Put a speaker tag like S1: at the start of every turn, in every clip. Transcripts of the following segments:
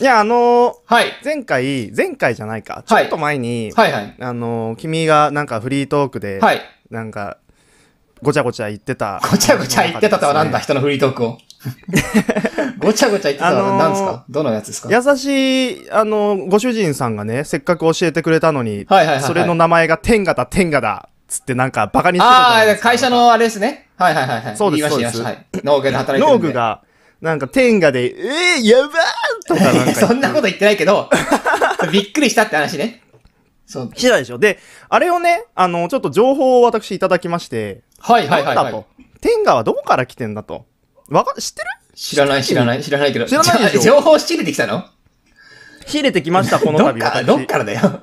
S1: いや、あの
S2: はい。
S1: ー前回、前回じゃないか。ちょ
S2: はい
S1: っと前に、
S2: はいはい。
S1: あのー君がなんかフリートークで、
S2: はい。
S1: なんか、ごちゃごちゃ言ってた。
S2: ごちゃごちゃ言ってたとはなんだ、
S1: です
S2: 人のフリートー クを。ごちゃごちゃ言ってたのは何ですか、
S1: あの
S2: どのやつですか
S1: ね優しい、あのーご主人さんがね、せっかく教えてくれたのに、
S2: はいはいはいはい
S1: それの名前が天下だ、天下だ、つってなんかバカにしてたじゃ
S2: あ
S1: ないで
S2: あ、
S1: すか。
S2: 会社のあれですね。はいはいはいはい。
S1: そうです
S2: 言いました、言いました。はい。農業で働いてる
S1: 農
S2: んで。
S1: 具が、なんか天下で、えー、やばーとかなんか言って
S2: そんなこと言ってないけど、びっくりしたって話ね。そう。
S1: してたでしょ。で、あれをね、あの、ちょっと情報を私いただきまして、
S2: はいはいはい、
S1: な
S2: は
S1: んだ
S2: い
S1: と。。天下はどこから来てんだと。わか、知ってる
S2: 知らない知らない知らないけど。
S1: 知らないでしょ
S2: じゃあ情報仕入れてきたの
S1: 仕入れてきました、この
S2: どっ
S1: 度
S2: か、
S1: 私。
S2: どっからだよ。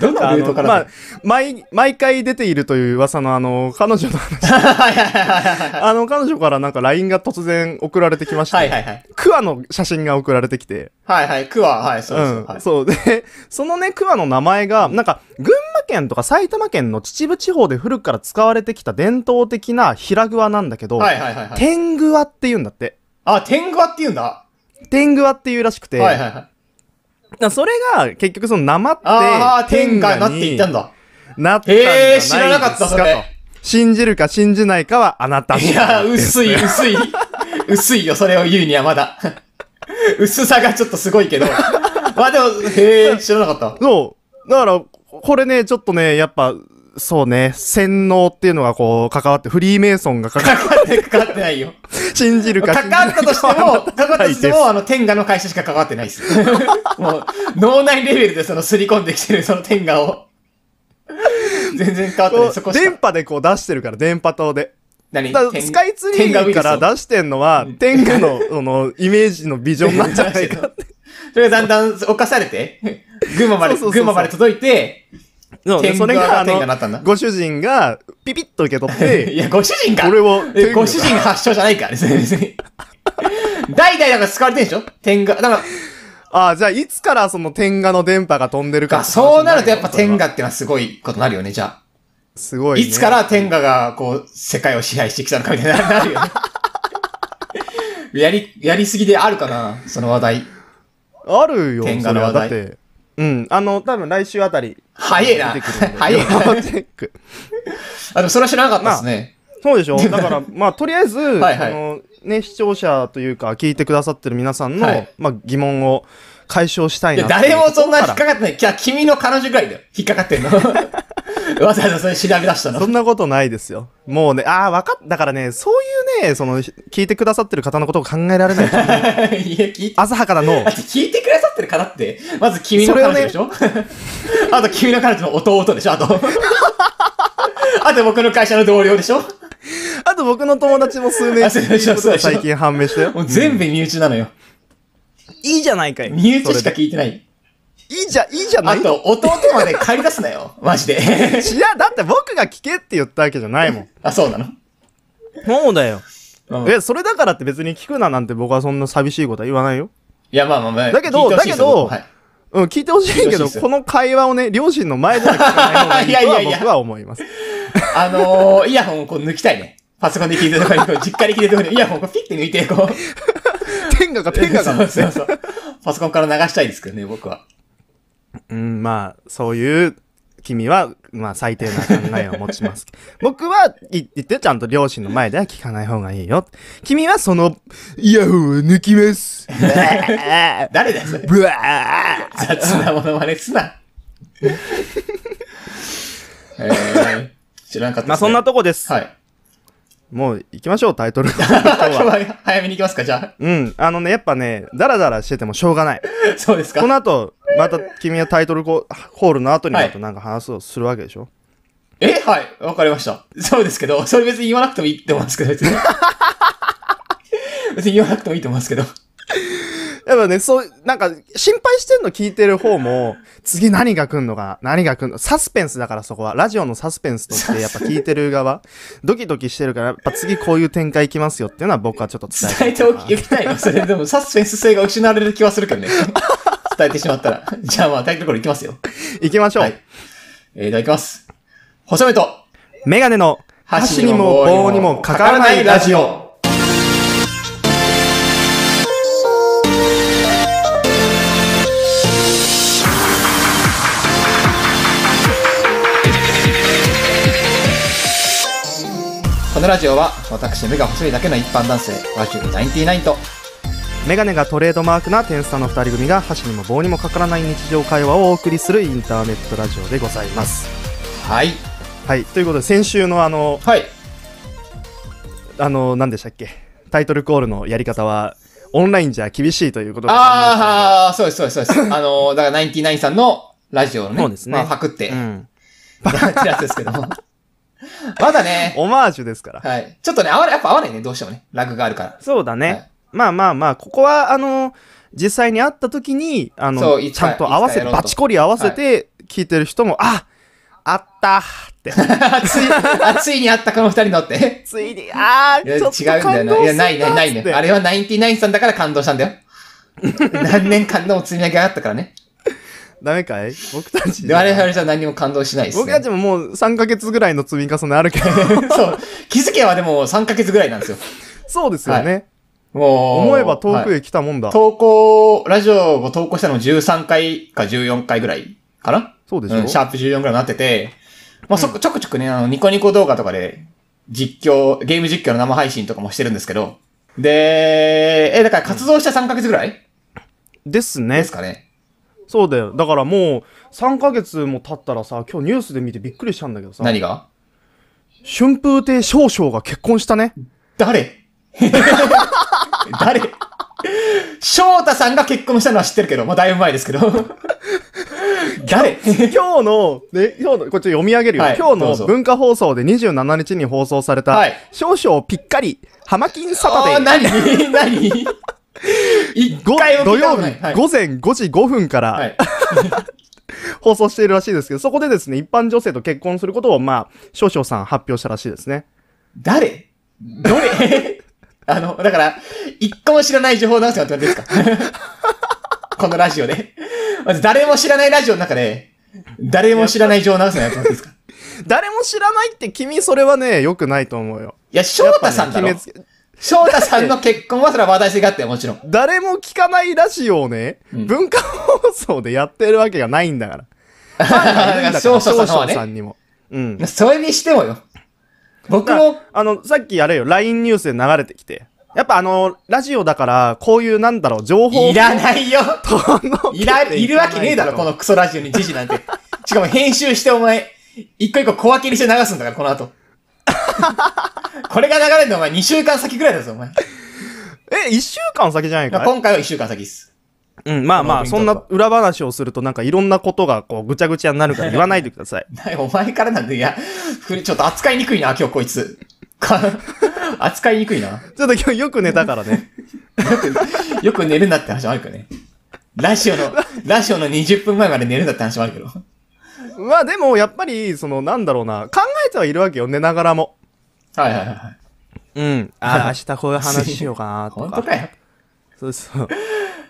S2: どの
S1: あ
S2: ルー
S1: の
S2: トから
S1: ま
S2: だ
S1: あ、毎、毎回出ているという噂のあの、彼女の話、
S2: はいはいはいはいは い
S1: あの、彼女からなんか LINE が突然送られてきまして、
S2: はいはいはい。
S1: クワの写真が送られてきて、
S2: はいはい。クワ、はい、そう
S1: う
S2: です。
S1: ん、
S2: はい
S1: そう。で、 そのね、クワの名前が、なんか、群馬県とか埼玉県の秩父地方で古くから使われてきた伝統的な平グワなんだけど、
S2: はいはいはいはい。
S1: 天グワって言うんだって。
S2: あ、天狗はって言うんだ。は
S1: 天狗はっていうらしくて、
S2: いはいはい。
S1: なそれが結局その生って
S2: ああ、天下になっていったん
S1: だ。
S2: だ。
S1: なったんじゃない
S2: へ
S1: で
S2: え、
S1: す
S2: 知
S1: から
S2: なかった、そ
S1: と
S2: れ。
S1: 信じるか信じないかはあなた
S2: いや、薄い、薄い。薄いよ、それを言うにはまだ。薄さがちょっとすごいけど。まあでも、へえ、知らなかった。
S1: そう。だから、これね、ちょっとね、やっぱ、そうね、洗脳っていうのがこう、関わって、フリーメイソンが関わっ
S2: かかって、かかってないよ。
S1: て、信じるか
S2: か
S1: 信じな
S2: か
S1: い
S2: ったとしても、かかったとしても、あの、天下の会社しか関わってないです。もう、脳内レベルでその、すり込んできてる、その天下を。全然変わってない、そ
S1: こ
S2: こ
S1: う
S2: し
S1: 電
S2: か。
S1: 波でこう出してるから、電波塔で。
S2: 何
S1: だから
S2: 天
S1: スカイツリ
S2: 天下ウイ
S1: ー
S2: ルス
S1: から
S2: を
S1: 出してんのは、天下の、その、イメージのビジョンなんじゃないか。
S2: それがだんだん犯されて、群馬まで、
S1: そうそうそうそう
S2: 群馬まで届いて、
S1: そうね
S2: 天
S1: そ
S2: 狗
S1: れが、
S2: が
S1: あ
S2: 天下になったんだ
S1: の、ご主人が、ピピッと受け取って
S2: い、や、ご主人が、
S1: 俺は天
S2: え
S1: 狗
S2: ご主人発祥じゃないから、別に。代々だから使われてんでしょ天下。だか
S1: ああ、じゃあ、いつからその天下の電波が飛んでる
S2: ら、
S1: か。
S2: あそうなるとやっぱ天。下ってのはすごいことになるよね、じゃ
S1: すご
S2: あ。
S1: い、ね。
S2: いつから天下が、こう、世界を支配してきたのかみたいな、なるよね。やり、やりすぎであるかなその話題。
S1: あるよ、
S2: 天
S1: 天
S2: 下
S1: 下
S2: の
S1: の
S2: 話
S1: 話
S2: 題
S1: 題。だって。うん。あの、多分来週あたり。
S2: 早いな。
S1: 出てくるんで
S2: 早いな。
S1: 要チェック
S2: あ、でもそれは知らなかったですね。
S1: そうでしょだから、まあ、とりあえず、
S2: はいはい
S1: あの、 ね、視聴者というか、聞いてくださってる皆さんの、
S2: はい
S1: まあ、疑問を解消したい
S2: いや、
S1: な
S2: 誰もそんな引っ
S1: か
S2: かかってない。いや、君の彼女ぐらいだよ。引っかかってん の。わざわざそれ調べ出したの
S1: そ。んなことないですよ。もうね、ああ、わかっ、だからね、そういうね、その、聞いてくださってる方のことを考えられない。
S2: いや、聞いて、
S1: 浅はかな脳
S2: だ。って聞いてくださってる方って、まず君の彼女でしょ、あと君の彼女の弟でしょあと。 あと僕の会社の同僚でしょ
S1: あと僕の友達も数名
S2: あそうでしょそうでしょ
S1: 最近判明したよ。
S2: もう全部身内なのよ。
S1: いいじゃないかい。
S2: 身内しか
S1: それで
S2: 聞いてない。
S1: いいじゃ、いいじゃな
S2: あ
S1: い
S2: と、弟まで帰り出すなよ。 マジで。
S1: 違う、だって僕が聞けって言ったわけじゃないもん。
S2: あ、そうなの
S1: そうだよ。
S2: うんい
S1: え、それだからって別に聞くななんて僕はそんな寂しいことは言わないよ。
S2: や、まあまあまあ。
S1: だけど
S2: 聞いてほしいですよ
S1: だけど
S2: 僕もはい
S1: うん、聞いてほしい
S2: 聞い
S1: け
S2: てほしいで
S1: ど、
S2: すよ
S1: この会話をね、両親の前では聞かない方がいいと
S2: いやいやいや
S1: は僕は思います。
S2: あのー、イヤホンをこう抜きたいね。パソコンで聞いてるところに、こう実家で聞いてるところに、イヤホンをこうピッて抜いて、こう。
S1: 天下か天下
S2: そう
S1: か。
S2: そうそう。パソコンから流したいですけどね、僕は。
S1: うん、まあ、そういう、君は、まあ、最低な考えを持ちます。僕は、い言って、ちゃんと両親の前では聞かない方がいいよ。君はその、イヤホンを抜きます。
S2: 誰だよ、それ。
S1: ブワー
S2: 雑なものまね すな。えー、知らなかったです、ね。
S1: まあ、そんなとこです。
S2: はい。
S1: もう、行きましょう、タイトル。今日は
S2: 今日は早めに行きますか、じゃ
S1: うん、あのね、やっぱね、ダラダラしててもしょうがない。
S2: あ。そうですか
S1: こ。の後、また君はタイトルコホールの後に
S2: はい
S1: またなんか話をするわけでしょ、
S2: えはい。わかりました。そうですけど、それ別に言わなくてもいいって思うんです けど、別に。別に言わなくてもいいと思うんですけど。
S1: やっぱね、そう、なんか、心配してんの聞いてる方も、次何が来んのかな何が来んのサスペンスだからそこは。ラジオのサスペンスと して、やっぱ聞いてる側、ドキドキしてるから、やっぱ次こういう展開いきますよっていうのは僕はちょっと伝えて。
S2: 伝えておきたいの。それでも、サスペンス性が失われる気はするけどね。伝えてしまったら。じゃあまあ、タイトルコールいきますよ。
S1: 行きましょう。
S2: はいえー、いただきます。細めと、
S1: メガネの箸にも棒にもかからないラジオ。
S2: オ。のラジオは、私、目が細いだけの一般男性、和中99と、
S1: メガネがトレードマークな天才の2人組が箸にも棒にもかからない日常会話をお送りするインターネットラジオでございます。
S2: はい。
S1: はい、ということで先週のあの、
S2: はい。
S1: あの、何でしたっけタイトルコールのやり方は、オンラインじゃ厳しいということが
S2: ああ、そうです、そうです、そうです。 あのー、だから99さんのラジオのね、
S1: そうですね
S2: まあ、パクって、
S1: うん。
S2: やってるやつですけども。まだね、
S1: オマージュですから。
S2: はい。ちょっとね、合わない、やっぱ合わないね、どうしてもね。ラグがあるから。
S1: そうだね。
S2: はい
S1: まあまあまあ、ここは、あの、実際に会った時に、あ
S2: そ
S1: の、
S2: ういつ
S1: ち
S2: か
S1: ゃんと合わせ
S2: いつかや
S1: て、
S2: ろう
S1: バ
S2: と
S1: チコリ合わせて、聞いてる人も、ああったーって。
S2: つい、あついにあったこの二人のって。
S1: つい に、ああ、
S2: い
S1: ち
S2: や、違
S1: ょっ
S2: う
S1: と感
S2: ん
S1: 動
S2: だよな。いや、ないね、ない
S1: す
S2: ね
S1: る。な
S2: あ
S1: っつって
S2: れはナインティナインさんだから感動したんだよ。何年間でも積み上げがあったからね。
S1: ダメかい僕たち。
S2: で、我々じゃ何にも感動しないです、
S1: 僕た
S2: ね
S1: ち。ももう3ヶ月ぐらいの積み重ねあるけど、
S2: そう。気づけばでも3ヶ月ぐらいなんですよ。
S1: そうですよね。
S2: もう。
S1: 思えば遠く
S2: はい
S1: へ来たもんだ。
S2: 投稿、ラジオを投稿したのも13回か14回ぐらいかな
S1: そうでしょ、
S2: ん、シャープ14ぐらいになってて、まあ、そ、ちょくちょくね、あの、ニコニコ動画とかで、実況、ゲーム実況の生配信とかもしてるんですけど、で、え、だから活動した3ヶ月ぐらい
S1: ですね
S2: ですかね。
S1: そうだよ。だからもう、3ヶ月も経ったらさ、今日ニュースで見てびっくりしたんだけどさ、
S2: 何が
S1: 春風亭少々が結婚したね。
S2: 誰 誰翔太さんが結婚したのは知ってるけど、まあ、だいぶ前ですけど。 誰
S1: 今日の、ね、今日の、こっち読み上げるよ。
S2: はい
S1: 今
S2: どう
S1: 日
S2: ぞ
S1: の文化放送で27日に放送された、
S2: はい
S1: 少々ぴっかり、ハマキンサタ
S2: あ
S1: デ
S2: ー、
S1: ー。
S2: 何何一
S1: ご
S2: 回も
S1: 土
S2: 聞いたこ
S1: 曜日、
S2: とないはい
S1: 午前5時5分か
S2: は
S1: ら
S2: い。
S1: 放送しているらしいですけど、そこでですね、一般女性と結婚することを、まあ、少々さん発表したらしいですね。
S2: 誰どれ あの、だから、一個も知らない情報を流すってもらっていいですか このラジオで。まず誰も知らないラジオの中で、誰も知らない情報を流すのやってもらっていいですか
S1: 誰も知らないって君、それはね、良くないと思うよ。
S2: いや、翔太さん
S1: やっぱ
S2: だ
S1: ね
S2: ろ
S1: 決。めつけ
S2: 翔太さんの結婚はそれは話題性があって、もちろん。
S1: 誰も聞かないラジオをね、
S2: うん
S1: 文化放送でやってるわけがないんだから。
S2: 翔太さんのは
S1: 少々さ
S2: ね。
S1: んにも。うん。
S2: それにしてもよ。僕
S1: だ
S2: も、
S1: あの、さっきあれよ、LINE ニュースで流れてきて。やっぱあの、ラジオだから、こういうなんだろう、情報
S2: いらないよ。
S1: と
S2: いら、いるわけねえだろ、こ。のクソラジオに時事なんて。しかも編集してお前、一個一個小分けにして流すんだから、この 後。これが流れるのお前2週間先ぐらいだぞ、お前。
S1: え、一週間先じゃないかい
S2: 今回は1週間先です。
S1: うん、まあまあ、そんな裏話をするとなんかいろんなことがこう、ぐちゃぐちゃになるから言わないでくだ さい。
S2: なお前からなんで、いや、ふりちょっと扱いにくいな、今日こいつ。か扱いにくいな。
S1: ちょっと今日よく寝たからね。
S2: よく寝るんだって話もあるけどね。ラジオの、ラジオの20分前まで寝るんだって話もあるけど。
S1: まあでも、やっぱり、その、なんだろうな、考えてはいるわけよ、寝ながらも。
S2: はいはいはい。
S1: うん。ああ、 明日こういう話しようかなと
S2: 本
S1: か
S2: 当。かよ。
S1: そうそう。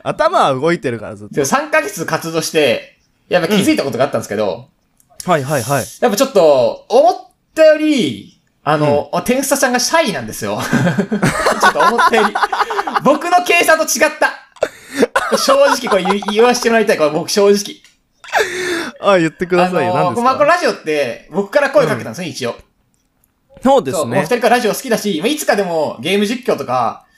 S1: 頭は動いてるからずっ
S2: でも3ヶ月活動して、やっぱ気づいたことがあったんですけど、
S1: と。はいはいはい。
S2: やっぱちょっと、思ったより、あの、天草ちゃんがシャイなんですよ。 ちょっと思ったより。僕の計算と違った。正直これ言言わせてもらいたい。これ僕正直。
S1: ああ、言ってくださいよ。
S2: あ
S1: 何
S2: の
S1: です
S2: まあ、この
S1: か
S2: ラジオって、僕から声かけたんですね、一応。
S1: そうで
S2: そ
S1: す
S2: う、もう二
S1: ね。
S2: 人からラジオ好きだし、まあいつかでもゲーム実況とか、
S1: うん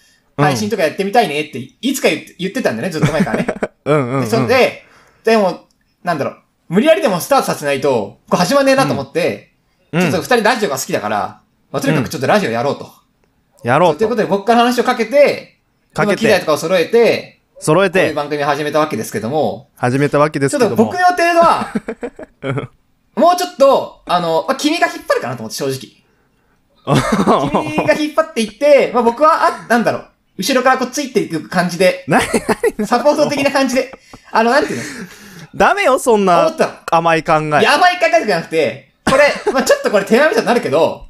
S2: 配信とかやってみたいねって、いつか言って言ってたんだよね、ずっと前からね。
S1: うんうん、うん。
S2: でそれで、でも、なんだろう、無理やりでもスタートさせないと、これ始まんねえなと思って、
S1: うん
S2: ちょっと二人ラジオが好きだから、まあ、とにかくちょっとラジオやろうと。
S1: やろう
S2: とい
S1: と。
S2: うことで僕から話をかけて、
S1: かけて
S2: その機材とかを揃えて、
S1: 揃え
S2: こういう
S1: て
S2: 番組を始めたわけですけども、
S1: 始めたわけで
S2: ち
S1: す
S2: ょっ
S1: け
S2: と
S1: ども
S2: 僕。の予定 は、もうちょっと、あの、まあ、君が引っ張るかなと思って、正 直。君が引っ張っていって、まあ、僕は、あ、なんだろう、後ろからこうついていく感じで、
S1: な
S2: サポート的な感じで、あの、なんていうの
S1: ダメよ、そん
S2: 思
S1: な
S2: ったの
S1: 甘い考え。
S2: やばい考えとかじゃなくて、これ、まあちょっとこれ手前みたいになるけど、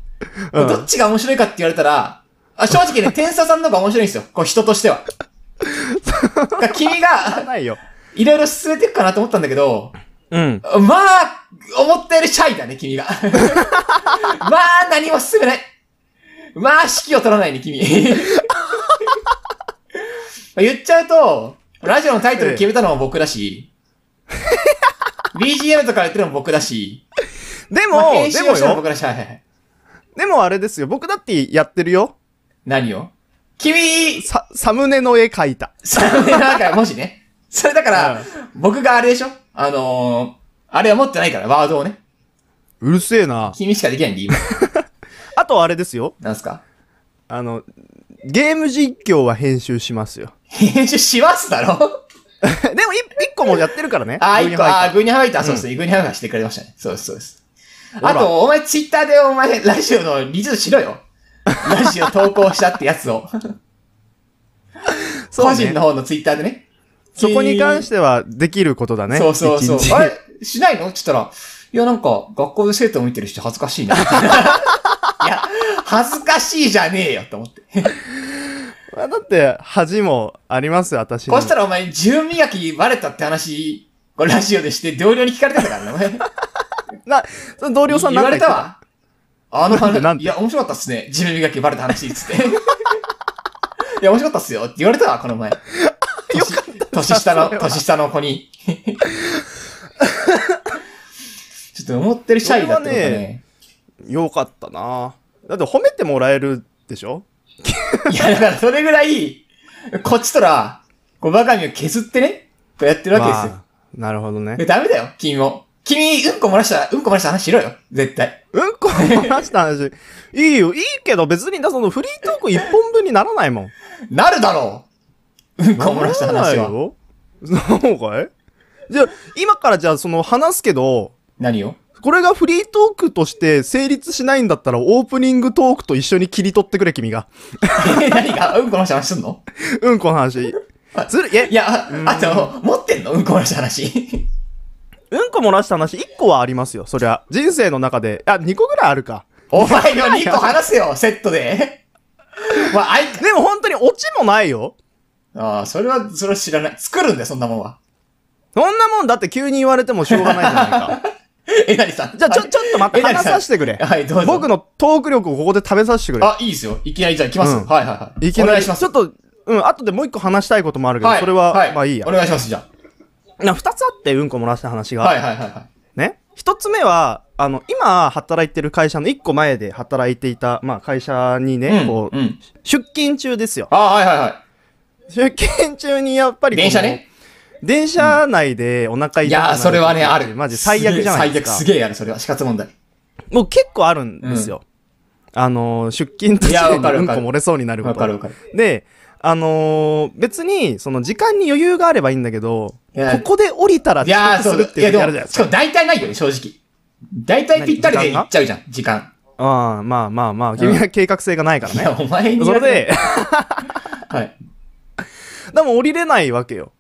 S1: うん
S2: どっちが面白いかって言われたら、あ正 直ね、天才さんの方が面白いんですよ。こう人としては。だから君が、
S1: ないよ。
S2: いろいろ進めていくかなと思ったんだけど、
S1: うん。
S2: まあ、思ったよりシャイだね、君が。 まあ、何も進めない。まあ、指揮を取らないね、君。 言っちゃうと、ラジオのタイトル決めたのも僕 だし、BGM とかやってるのも僕だし、
S1: で
S2: まあ
S1: も、
S2: 編
S1: で
S2: 集を
S1: も
S2: したのも
S1: よ、
S2: 僕だし、はいはいはい。
S1: でもあれですよ、僕だってやってるよ。
S2: 何を君、
S1: さ、サムネの絵描いた。
S2: サムネなんか、もしね。 それだから
S1: うん、
S2: 僕があれでしょあのー、あれは持ってないから、ワードをね。
S1: うるせえな。
S2: 君しかできないん で、今。
S1: あとあれですよ。
S2: なんすか
S1: あの、ゲーム実況は編集しますよ。
S2: 編集しますだ ろ
S1: でも一、一個もやってるからね。
S2: あ、一個、あ、
S1: あ
S2: グニャハイター、そうですね。グニャハイターしてくれましたね。そうです、そうです。
S1: ほら
S2: あと、お前、ツイッターでお前、ラジオのリツイートしろよ。ラジオ投稿したってやつ を。
S1: そう
S2: 個
S1: ね
S2: 人の方のツイッターでね。
S1: そこに関
S2: し
S1: してはできることだね。
S2: そうそうそう
S1: 一。日
S2: あれしないのって言ったら、いや、なんか、学校で生徒を見てる人恥ず かしいな。いや、恥ずかしいじゃねえよ、と思って。
S1: まあだって、恥もありますよ、私に
S2: こ
S1: も。
S2: うしたらお前、自分磨きバレたって話、これラジオでして同僚に聞かれてたからね、お前。
S1: な、その同僚さん
S2: 言
S1: なんて
S2: われ
S1: 言って
S2: たわ。あの
S1: なんてなん
S2: 話、
S1: て
S2: いや、面白かったっすね。自分磨きバレた話、つって。い や、面白かったっすよって言われたわ、こ の前。年年下の、
S1: それは
S2: 年下の子に。 ちょっと思ってるシャイだってこと
S1: 俺は
S2: ね。
S1: よかったなだって褒めてもらえるでしょ
S2: いや、だからそれぐらい、こっちとら、こう、我が身を削ってね、こうやってるわけですよ
S1: まあなるほどね
S2: で。。ダメだよ、君も。君、うんこ漏らした、うんこ漏らした話しろよ、絶対。
S1: うんこ漏らした話。いいよ、いいけど別にだ、そのフリートーク一本分にならないもん。
S2: なるだろううんこ漏らした話
S1: ならない
S2: は。
S1: よそうかいじゃあ、今からじゃあその話すけど、
S2: 何を
S1: これがフリートークとして成立しないんだったらオープニングトークと一緒に切り取ってくれ、君が。
S2: え何がうんこ漏らした話すんの
S1: うんこの話。ずるい、
S2: い
S1: え、
S2: や、ああと、持ってんのうんこ漏らした話。
S1: うんこ漏らした話1個はありますよ、そりゃ。人生の中で。あ、2個ぐらいあるか。
S2: お前の2個話せよ、セットで。まあ、あい、
S1: でも本当にオチもないよ。
S2: ああ、それは、それは知らない。作るんだよ、そんなもんは。
S1: そんなもんだって急に言われてもしょうがないじゃないか。
S2: えなりさん。
S1: じゃあ、ちょ、ちょっと待って、
S2: えなり
S1: 話させてくれ。
S2: はい、どうぞ。
S1: 僕のトーク力をここで食べさせてくれ。
S2: あ、いいですよ。いきなりじゃあ行きます。
S1: うん
S2: はいはいはい。
S1: いきな
S2: お願
S1: り、
S2: いします。
S1: ちょっと、うん、後でもう一個話したいこともあるけど、
S2: はい。
S1: それは、
S2: はい、
S1: まあいいや
S2: お。願いします、じゃ
S1: な二つあって、うんこ漏らした話
S2: あ。
S1: が。
S2: はいはいはいはい。
S1: ね。一つ目は、あの、今働いてる会社の一個前で働いていた、まあ会社にね、
S2: うん
S1: こう、
S2: うん。
S1: 出勤中ですよ。
S2: ああ、はいはいは
S1: 出勤中にやっぱ
S2: い。
S1: りこの
S2: 電車ね。
S1: 電車内でお腹痛くなる、
S2: いやー、それはね、ある。
S1: マジ最悪じゃないですか。
S2: すげえ最悪、すげえある、それは。死活問題。
S1: もう結構あるんですよ。あのー、出勤途
S2: いや
S1: 中
S2: わか
S1: に
S2: る
S1: うん
S2: わ
S1: こ
S2: かる
S1: 漏れそうになるこ
S2: わかる
S1: と。
S2: わかる。
S1: で、あのー、別に、その時間に余裕があればいいんだけど、
S2: い
S1: こ
S2: や
S1: こで降りたら
S2: いや
S1: 遅
S2: ー、そ
S1: 刻す
S2: う
S1: る
S2: だ。
S1: っていう
S2: い
S1: 時
S2: や
S1: あ
S2: で
S1: るじゃな
S2: も
S1: いです
S2: し
S1: か。
S2: かも大体ないよね、正直。大体ぴったり
S1: 何
S2: で
S1: 時間が
S2: 行っちゃうじゃん、時間。
S1: ああ、まあまあまあ、君は計画性がないから
S2: い
S1: ね。
S2: や、お前に。
S1: それ、で、
S2: はい。
S1: でも降りれないわけよ。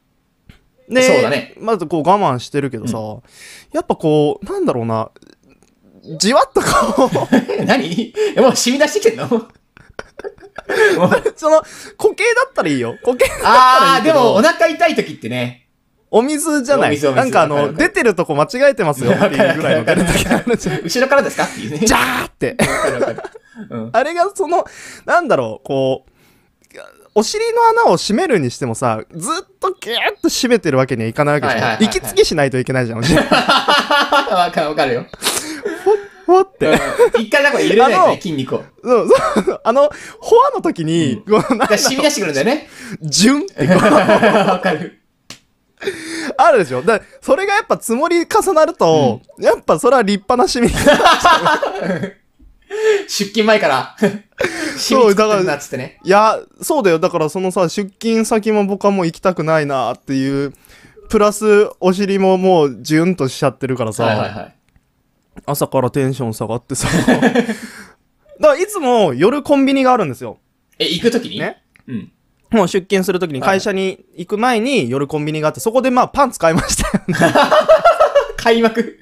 S1: で、
S2: そうだね
S1: まずこう我慢してるけどさ、やっぱこう、なんだろうな、じわっとこう、
S2: 何 えもう染み出してきてんのもう
S1: その、固形だったらいいよ。固形だっ
S2: あ
S1: たらいいけ
S2: ー、で
S1: ど
S2: もお腹痛い時ってね。
S1: お水じゃない。
S2: お水お水
S1: なんかあ
S2: わかる
S1: の、
S2: わかる
S1: 出てるとこ間違えてますよっていうぐらいの出る時あるじゃん。
S2: 後ろからですかっていうね。
S1: ジ
S2: ゃ
S1: ャーって。
S2: わかるわかる。うん。
S1: あれがその、なんだろう、こう、お尻の穴を閉めるにしてもさ、ずっとギューッと閉めてるわけにはいかないわけじ
S2: はい
S1: ゃ
S2: は
S1: ん。
S2: いはいはい
S1: 息継ぎしないといけないじゃん。 お尻
S2: わかるわかるよ。
S1: ほわっ
S2: う
S1: て。
S2: ん一回なんか揺れないと
S1: あの
S2: ね、筋肉を。
S1: そうそう。あの、ほわの時に、こう、なん
S2: だから染み出してくるんだよね。
S1: ジュン って
S2: わかる。
S1: あるでしょ。だからそれがやっぱ積もり重なると、やっぱそれは立派なシミ。
S2: 出勤前から、染みつくんなっつってね。
S1: いや、そうだよ。だからそのさ、出勤先も僕はもう行きたくないなっていう、プラスお尻ももうジュンとしちゃってるからさ、
S2: はいはいはい。
S1: 朝からテンション下がってさ、 だからいつも夜コンビニがあるんですよ。
S2: え、行くときに
S1: ね。
S2: うん。
S1: もう出勤するときに会社に行く前に夜コンビニがあって、そこでまあパンツ買いましたよね。
S2: 開幕。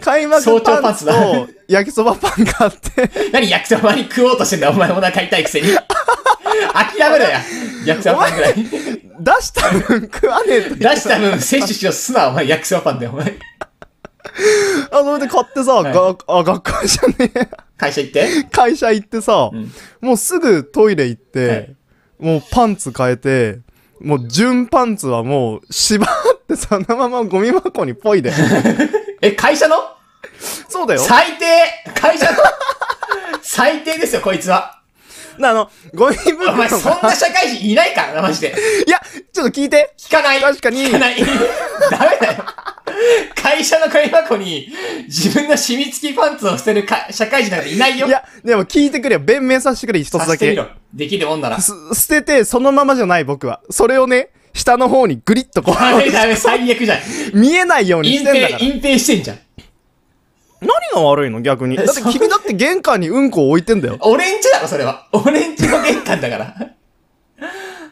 S1: 開幕
S2: 早朝
S1: パ
S2: パ
S1: ン
S2: ン
S1: ツ
S2: ツ
S1: と
S2: だ
S1: 焼きそばパン買って、
S2: 何焼きそばに食おうとしてんだお前お腹痛いくせに。諦めろや。焼きそばパンぐらい。出
S1: 出した分食わねえって。
S2: した分摂取しろすな、お前焼きそばパンだよ、お前。
S1: あ、それで買ってさ、
S2: い
S1: があ、学校じゃねえ。
S2: 会社行って。
S1: 会社行ってさ、
S2: ん
S1: もうすぐトイレ行って、
S2: はい
S1: もうパンツ変えて、もう純パンツはもう縛ってそのままゴミ箱 にポイで。
S2: え、会社の
S1: そうだよ。
S2: 最低会社の最低ですよ、こいつは。
S1: であの、ゴミ袋
S2: お前、そんな
S1: が、
S2: 社会人いないからな、マジで。
S1: いや、ちょっと聞いて。
S2: 聞かない。
S1: 確かに
S2: 聞かない。 ダメだよ。会社の紙箱に自分の染み付きパンツを捨てるか社会人なんていないよ。
S1: いや、でも聞いてくれよ。弁明させてくれ、一つ
S2: さ
S1: だ
S2: せてみ
S1: け。
S2: ろ。できるも んなら。
S1: す捨てて、そのままじゃない僕は。それをね、下の方にグリッとこ
S2: ダメダメ、最悪じゃん。
S1: う、見えないように
S2: 隠
S1: してんだ
S2: 蔽、
S1: から。
S2: 隠蔽してんじゃん。
S1: 何が悪いの逆に。だって君だって玄関にうんこを置いてんだよ。
S2: 俺んちだろ、それは。俺んちの玄関だから。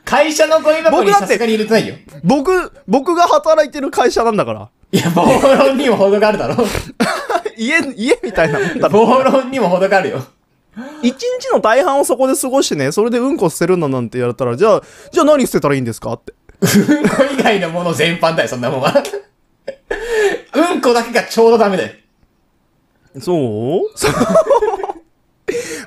S2: 会社のゴミ箱
S1: 僕
S2: に
S1: だって
S2: さすがに入れてないよ。
S1: 僕、僕が働いてる会社なんだから。
S2: いや、暴論にも程があるだろ。
S1: 家、家みたいなもん だろ。
S2: 暴論にも程があるよ。
S1: 一日の大半をそこで過ごしてね、それでうんこ捨てるんだなんて言われたら、じゃあ、じゃあ何捨てたらいいんですかって。
S2: うんこ以外のもの全般だよ、そんなもんは。うんこだけがちょうどダメだよ。
S1: そうそう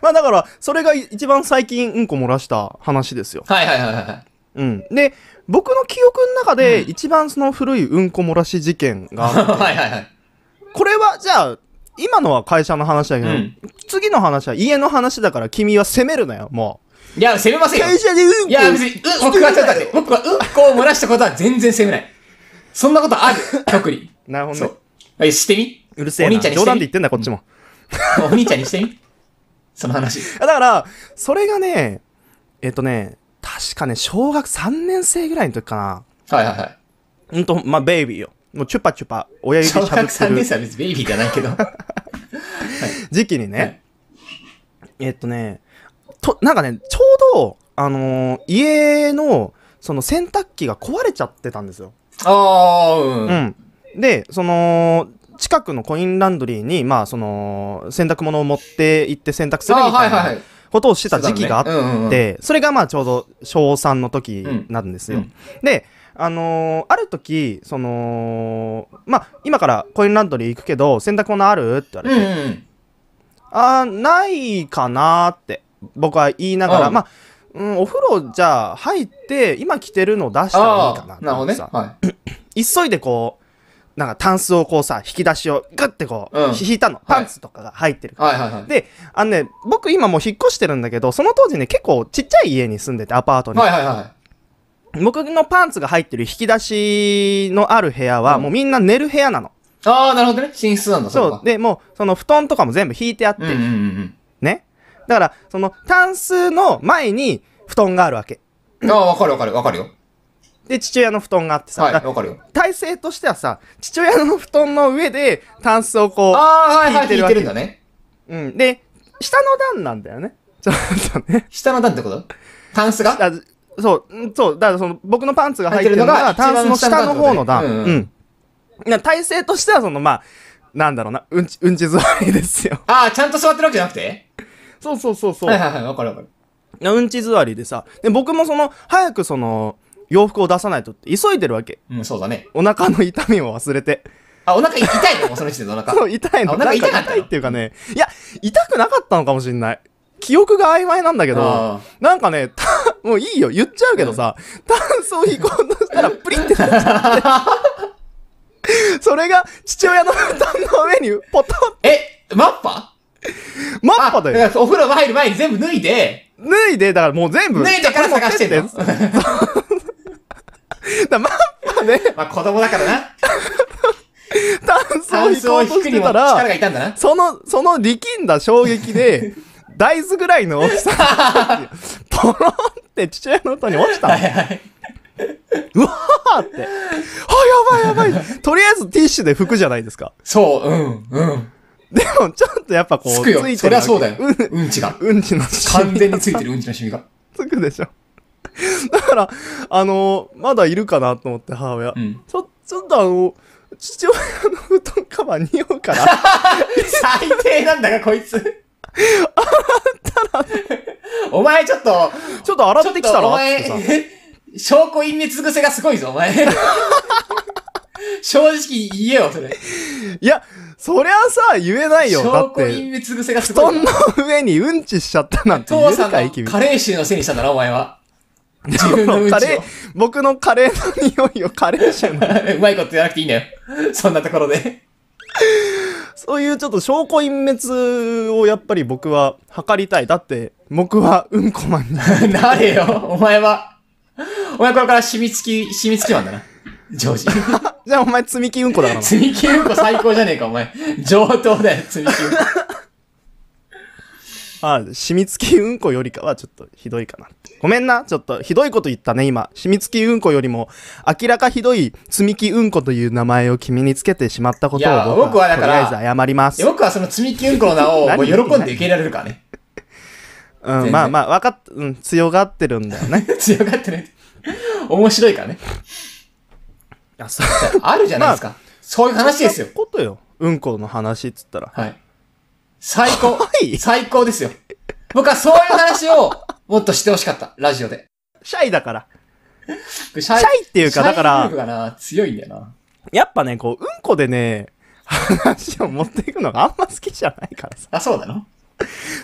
S1: まあだから、それが一番最近うんこ漏らした話ですよ。
S2: はいはいはいはいはい。
S1: うん。で、僕の記憶の中で一番その古いうんこ漏らし事件が、
S2: はいはいはい。
S1: これはじゃあ、今のは会社の話だけど、
S2: うん
S1: 次の話は家の話だから君は責めるなよ、も
S2: いや、責めませ
S1: う。
S2: んよ。
S1: 会社でうんこ
S2: いや、別に、うん、僕はちょっと待って、僕はうんこを漏らしたことは全然責めない。そんなこ とある、特に。
S1: なるほ
S2: そ
S1: ど、
S2: う。え、してみ
S1: うるせえ
S2: お
S1: な。
S2: 兄ちゃんにして
S1: 冗
S2: み
S1: 談で言ってんだ、こっちも。
S2: お兄ちゃんにしてみその話。
S1: だから、それがね、えっとね、確かね、小学3年生ぐらいの時かな。
S2: はいはいはい。
S1: うんと、まあ、ベイビーよ。もうチュパチュパ、親指し
S2: 小
S1: ゃぶ
S2: 学
S1: って
S2: 3
S1: る
S2: 年生は別にベイビーじ ゃないけど。は
S1: 時期に
S2: い
S1: ね、えっとね、と、なんかね、ちょうど、あのー家の、その洗濯機が壊れちゃってたんですよ。
S2: あー、うん。
S1: う
S2: はい
S1: ん。で、その、近くのコインランドリーに、まあ、その、洗濯物を持って行って洗濯するみ
S2: あーは
S1: た
S2: い
S1: い
S2: はい
S1: な
S2: はい。
S1: ことをしてた時期があっ
S2: そうだねうんうんうん
S1: で、それがまあちょうど小3の時なんですよ。
S2: うんうん
S1: で、あのーある時、その、まあ、今からコインランドリー行くけど、洗濯物あるって言われ
S2: う
S1: て、
S2: んうんうん。
S1: あーないかなーって、僕は言いながら、
S2: うん
S1: まあ、うん、お風呂じゃあ入って、今着てるの出したらいい
S2: あ
S1: かなっ
S2: ー、
S1: て
S2: なるほどね。
S1: さ
S2: はい。
S1: 急いでこう、なんかタンスをこうさ、引き出しをグッてこう、
S2: うん
S1: 引いたの。パンツとかが入ってるから。
S2: はいはいはい。
S1: で、あのね、僕今もう引っ越してるんだけど、その当時ね、結構ちっちゃい家に住んでて、アパートに。
S2: はいはいは
S1: 僕のパンツが入ってる引き出しのある部屋は、
S2: うん
S1: もうみんな寝る部屋なの。
S2: い。ああ、なるほどね。寝室なんだ、れ
S1: そ
S2: は
S1: う。。で、もう、その布団とかも全部引いてあって、
S2: うんうんうん
S1: ね。だから、その、タンスの前に布団があるわけ。
S2: うん。ああ、わかるわかるわかるよ。
S1: で、父親の布団があってさ、
S2: はい、
S1: だから
S2: わかるよ。
S1: 体勢としてはさ、父親の布団の上で、タンスをこ
S2: ああ、はい
S1: 引
S2: はい、
S1: いてる
S2: 弾い
S1: わ
S2: て
S1: け
S2: るんだね。
S1: う、うん。で、下の段なんだよね。 ちょっとね。
S2: 下の段ってことタンスが
S1: だそう、うんそう、だからその、僕のパンツが入ってるの
S2: 入
S1: が、
S2: ってる
S1: タ
S2: の
S1: ン
S2: が
S1: スの下の方の段。
S2: 一番下の段だね
S1: う
S2: うん
S1: ん。な体勢としては、その、まあ、なんだろうな、うんち、うんち座りですよ。
S2: ああ、ちゃんと座ってるわけじゃなくて
S1: そうそうそうそう。
S2: はいはいはい、わかるわかる。
S1: うんち座りでさ、で、僕もその、早くその、洋服を出さないとって、急いでるわけ。
S2: うん、そうだね。
S1: お腹の痛みを忘れて。
S2: あ、お腹痛いのもうその時点でお 腹。
S1: そう、痛いの。
S2: あお腹痛かった
S1: なん痛いっていうかね、いや、痛くなかったのかもしんない。記憶が曖昧なんだけど、
S2: あ
S1: なんかね、たもういいよ、言っちゃうけどさ、炭素を引こうとしたらプリンってなっちゃって。それが父親の布団の上にポトン、
S2: ーえ、マッパ
S1: マッパだよ。
S2: だからお風呂入る前に全部脱いで、
S1: 脱いで、だからもう全部。
S2: 脱いでから
S1: じゃあこれ持
S2: 探して
S1: って
S2: ん
S1: っ
S2: の
S1: て。 だからマッパね、
S2: まあ子供だか らな。
S1: 炭素
S2: タ
S1: を
S2: ン
S1: 引
S2: ス
S1: こ
S2: を
S1: うと
S2: 引く
S1: し
S2: に
S1: て
S2: も
S1: た
S2: 力が
S1: ら、
S2: いたんだな。
S1: その、その力んだ衝撃 で、大豆ぐらいの大きさが、ポロンって父親の布団に落ちたの
S2: はい。はい。
S1: うわーって。あ、やばいやばい。とりあえずティッシュで拭くじゃないですか。
S2: そう、うん、うん。
S1: でも、ちょっとやっぱこう、
S2: つくよ。そりゃそうだよ
S1: うん。
S2: うんちが。
S1: うんちの染み
S2: 完全についてるうんちの シミが。
S1: つくでしょ。だから、あのーまだいるかなと思って、母親。
S2: うん。
S1: ちょ、ちょっとあの、父親の布団カバー匂うから、
S2: 最低なんだが、こいつ。 お前ちょっと、
S1: ちょっと洗ってきた
S2: ちょっとお
S1: らってさ。
S2: 前、 証拠隠滅癖がすごいぞ、お前。 正直言えよ、それ。
S1: いや、そりゃさ、言えないよ。だ
S2: 証
S1: っ
S2: 拠
S1: て、
S2: 隠滅癖がす
S1: 布
S2: ごいぞ
S1: 団。の上にうんちしちゃったなんて言え
S2: 父
S1: る
S2: さん
S1: か
S2: の
S1: い君。
S2: カレー臭のせいにしたんだな、お前は。 自分のうんち
S1: カレー、僕のカレーの匂いをカレー臭の
S2: を。うまいことやらなくていいんだよ。そんなところで。
S1: そういうちょっと証拠隠滅をやっぱり僕は図りたい。だって、僕はうんこマンに。
S2: なれよ、お前は。お前これから染み付き、染み付きマンだな。ジョージ。
S1: じゃあお前積み木うんこだから な。
S2: 積み木うんこ最高じゃねえか、お前。上等だよ、積み木うんこ。
S1: あ、染み付きうんこよりかはちょっとひどいかなって。ごめんな、ちょっとひどいこと言ったね、今。染み付きうんこよりも、明らかひどい積み木うんこという名前を君につけてしまったこと
S2: いや
S1: を僕
S2: 僕は
S1: は
S2: だ
S1: と
S2: か
S1: り
S2: ら
S1: あえず謝ります。
S2: 僕はその積み木うんこの名をもう喜んで受け入れられるからね。
S1: う
S2: 全然
S1: ん、まあまあ、わかっ、うん、強がってるんだよ ね。
S2: 強がってね。面白いからね。
S1: いや、そう
S2: あるじゃないですか。そういう話ですよ。
S1: ことよ。うんこの話っつったら。
S2: はい。最高。
S1: はい
S2: 最高ですよ。僕はそういう話をもっとしてほしかった。ラジオで。
S1: シャイだから。
S2: シャイシ
S1: シャイっていうかだから
S2: ャイ力がな、強いんだよな。
S1: やっぱね、こう、うんこでね、話を持っていくのがあんま好きじゃないからさ。
S2: あ、そうだろ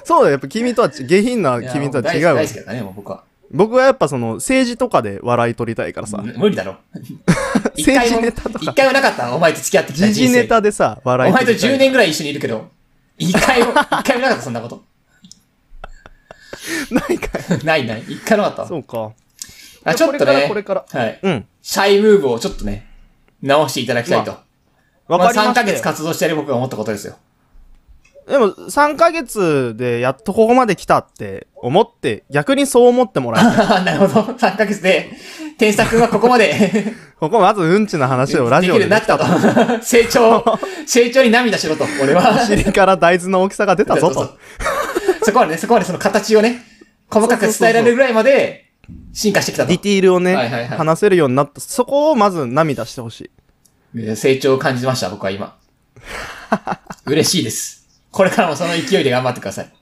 S1: そうだよ、やっぱ君とはち、下品ない
S2: や
S1: 君とは
S2: も
S1: 違う
S2: う
S1: わ
S2: 大好き大好きだからね、もう僕は。
S1: 僕はやっぱその、政治とかで笑い取りたいからさ。
S2: 無理 だろ。一
S1: 政
S2: 回
S1: 治
S2: も
S1: ネタと
S2: 一
S1: か、
S2: 回もなかったお前と付き合ってきた
S1: 時
S2: 人
S1: 事
S2: 生
S1: ネタでさ、笑
S2: お
S1: い
S2: 前と
S1: 取りたい。
S2: 10年ぐらい一緒にいるけど、一回 も、一回もなかった、そんなこと。
S1: ないかい。
S2: ないない。一回なかった
S1: そ
S2: わ。
S1: うか。
S2: あ、ちょっと
S1: これから
S2: ね
S1: こ、れから。
S2: はい。
S1: うん。
S2: シャイムーブをちょっとね、直していただきたいと。
S1: わかりま
S2: あ、
S1: し
S2: 3
S1: た
S2: ヶ月活動してる僕が思ったことですよ。
S1: でも、3ヶ月でやっとここまで来たって思って、逆にそう思っても らえたい。
S2: なるほど。3ヶ月で、天作はここまで
S1: ここまずうんちの話をラ
S2: でき
S1: ジ
S2: る
S1: オ
S2: よう
S1: で
S2: にな
S1: ね、
S2: ったと。 成長、成長に涙しろと、俺は。
S1: 尻から大豆の大きさが出た ぞと。
S2: そこまでね、そこまでその形をね、細かく伝えられるぐらいまで進化してきたと
S1: ディ。ティールをね、
S2: はいはいはい
S1: 話せるようになった。そこをまず涙してほしい。
S2: えー成長を感じました、僕は今。嬉しいです。これからもその勢いで頑張ってください。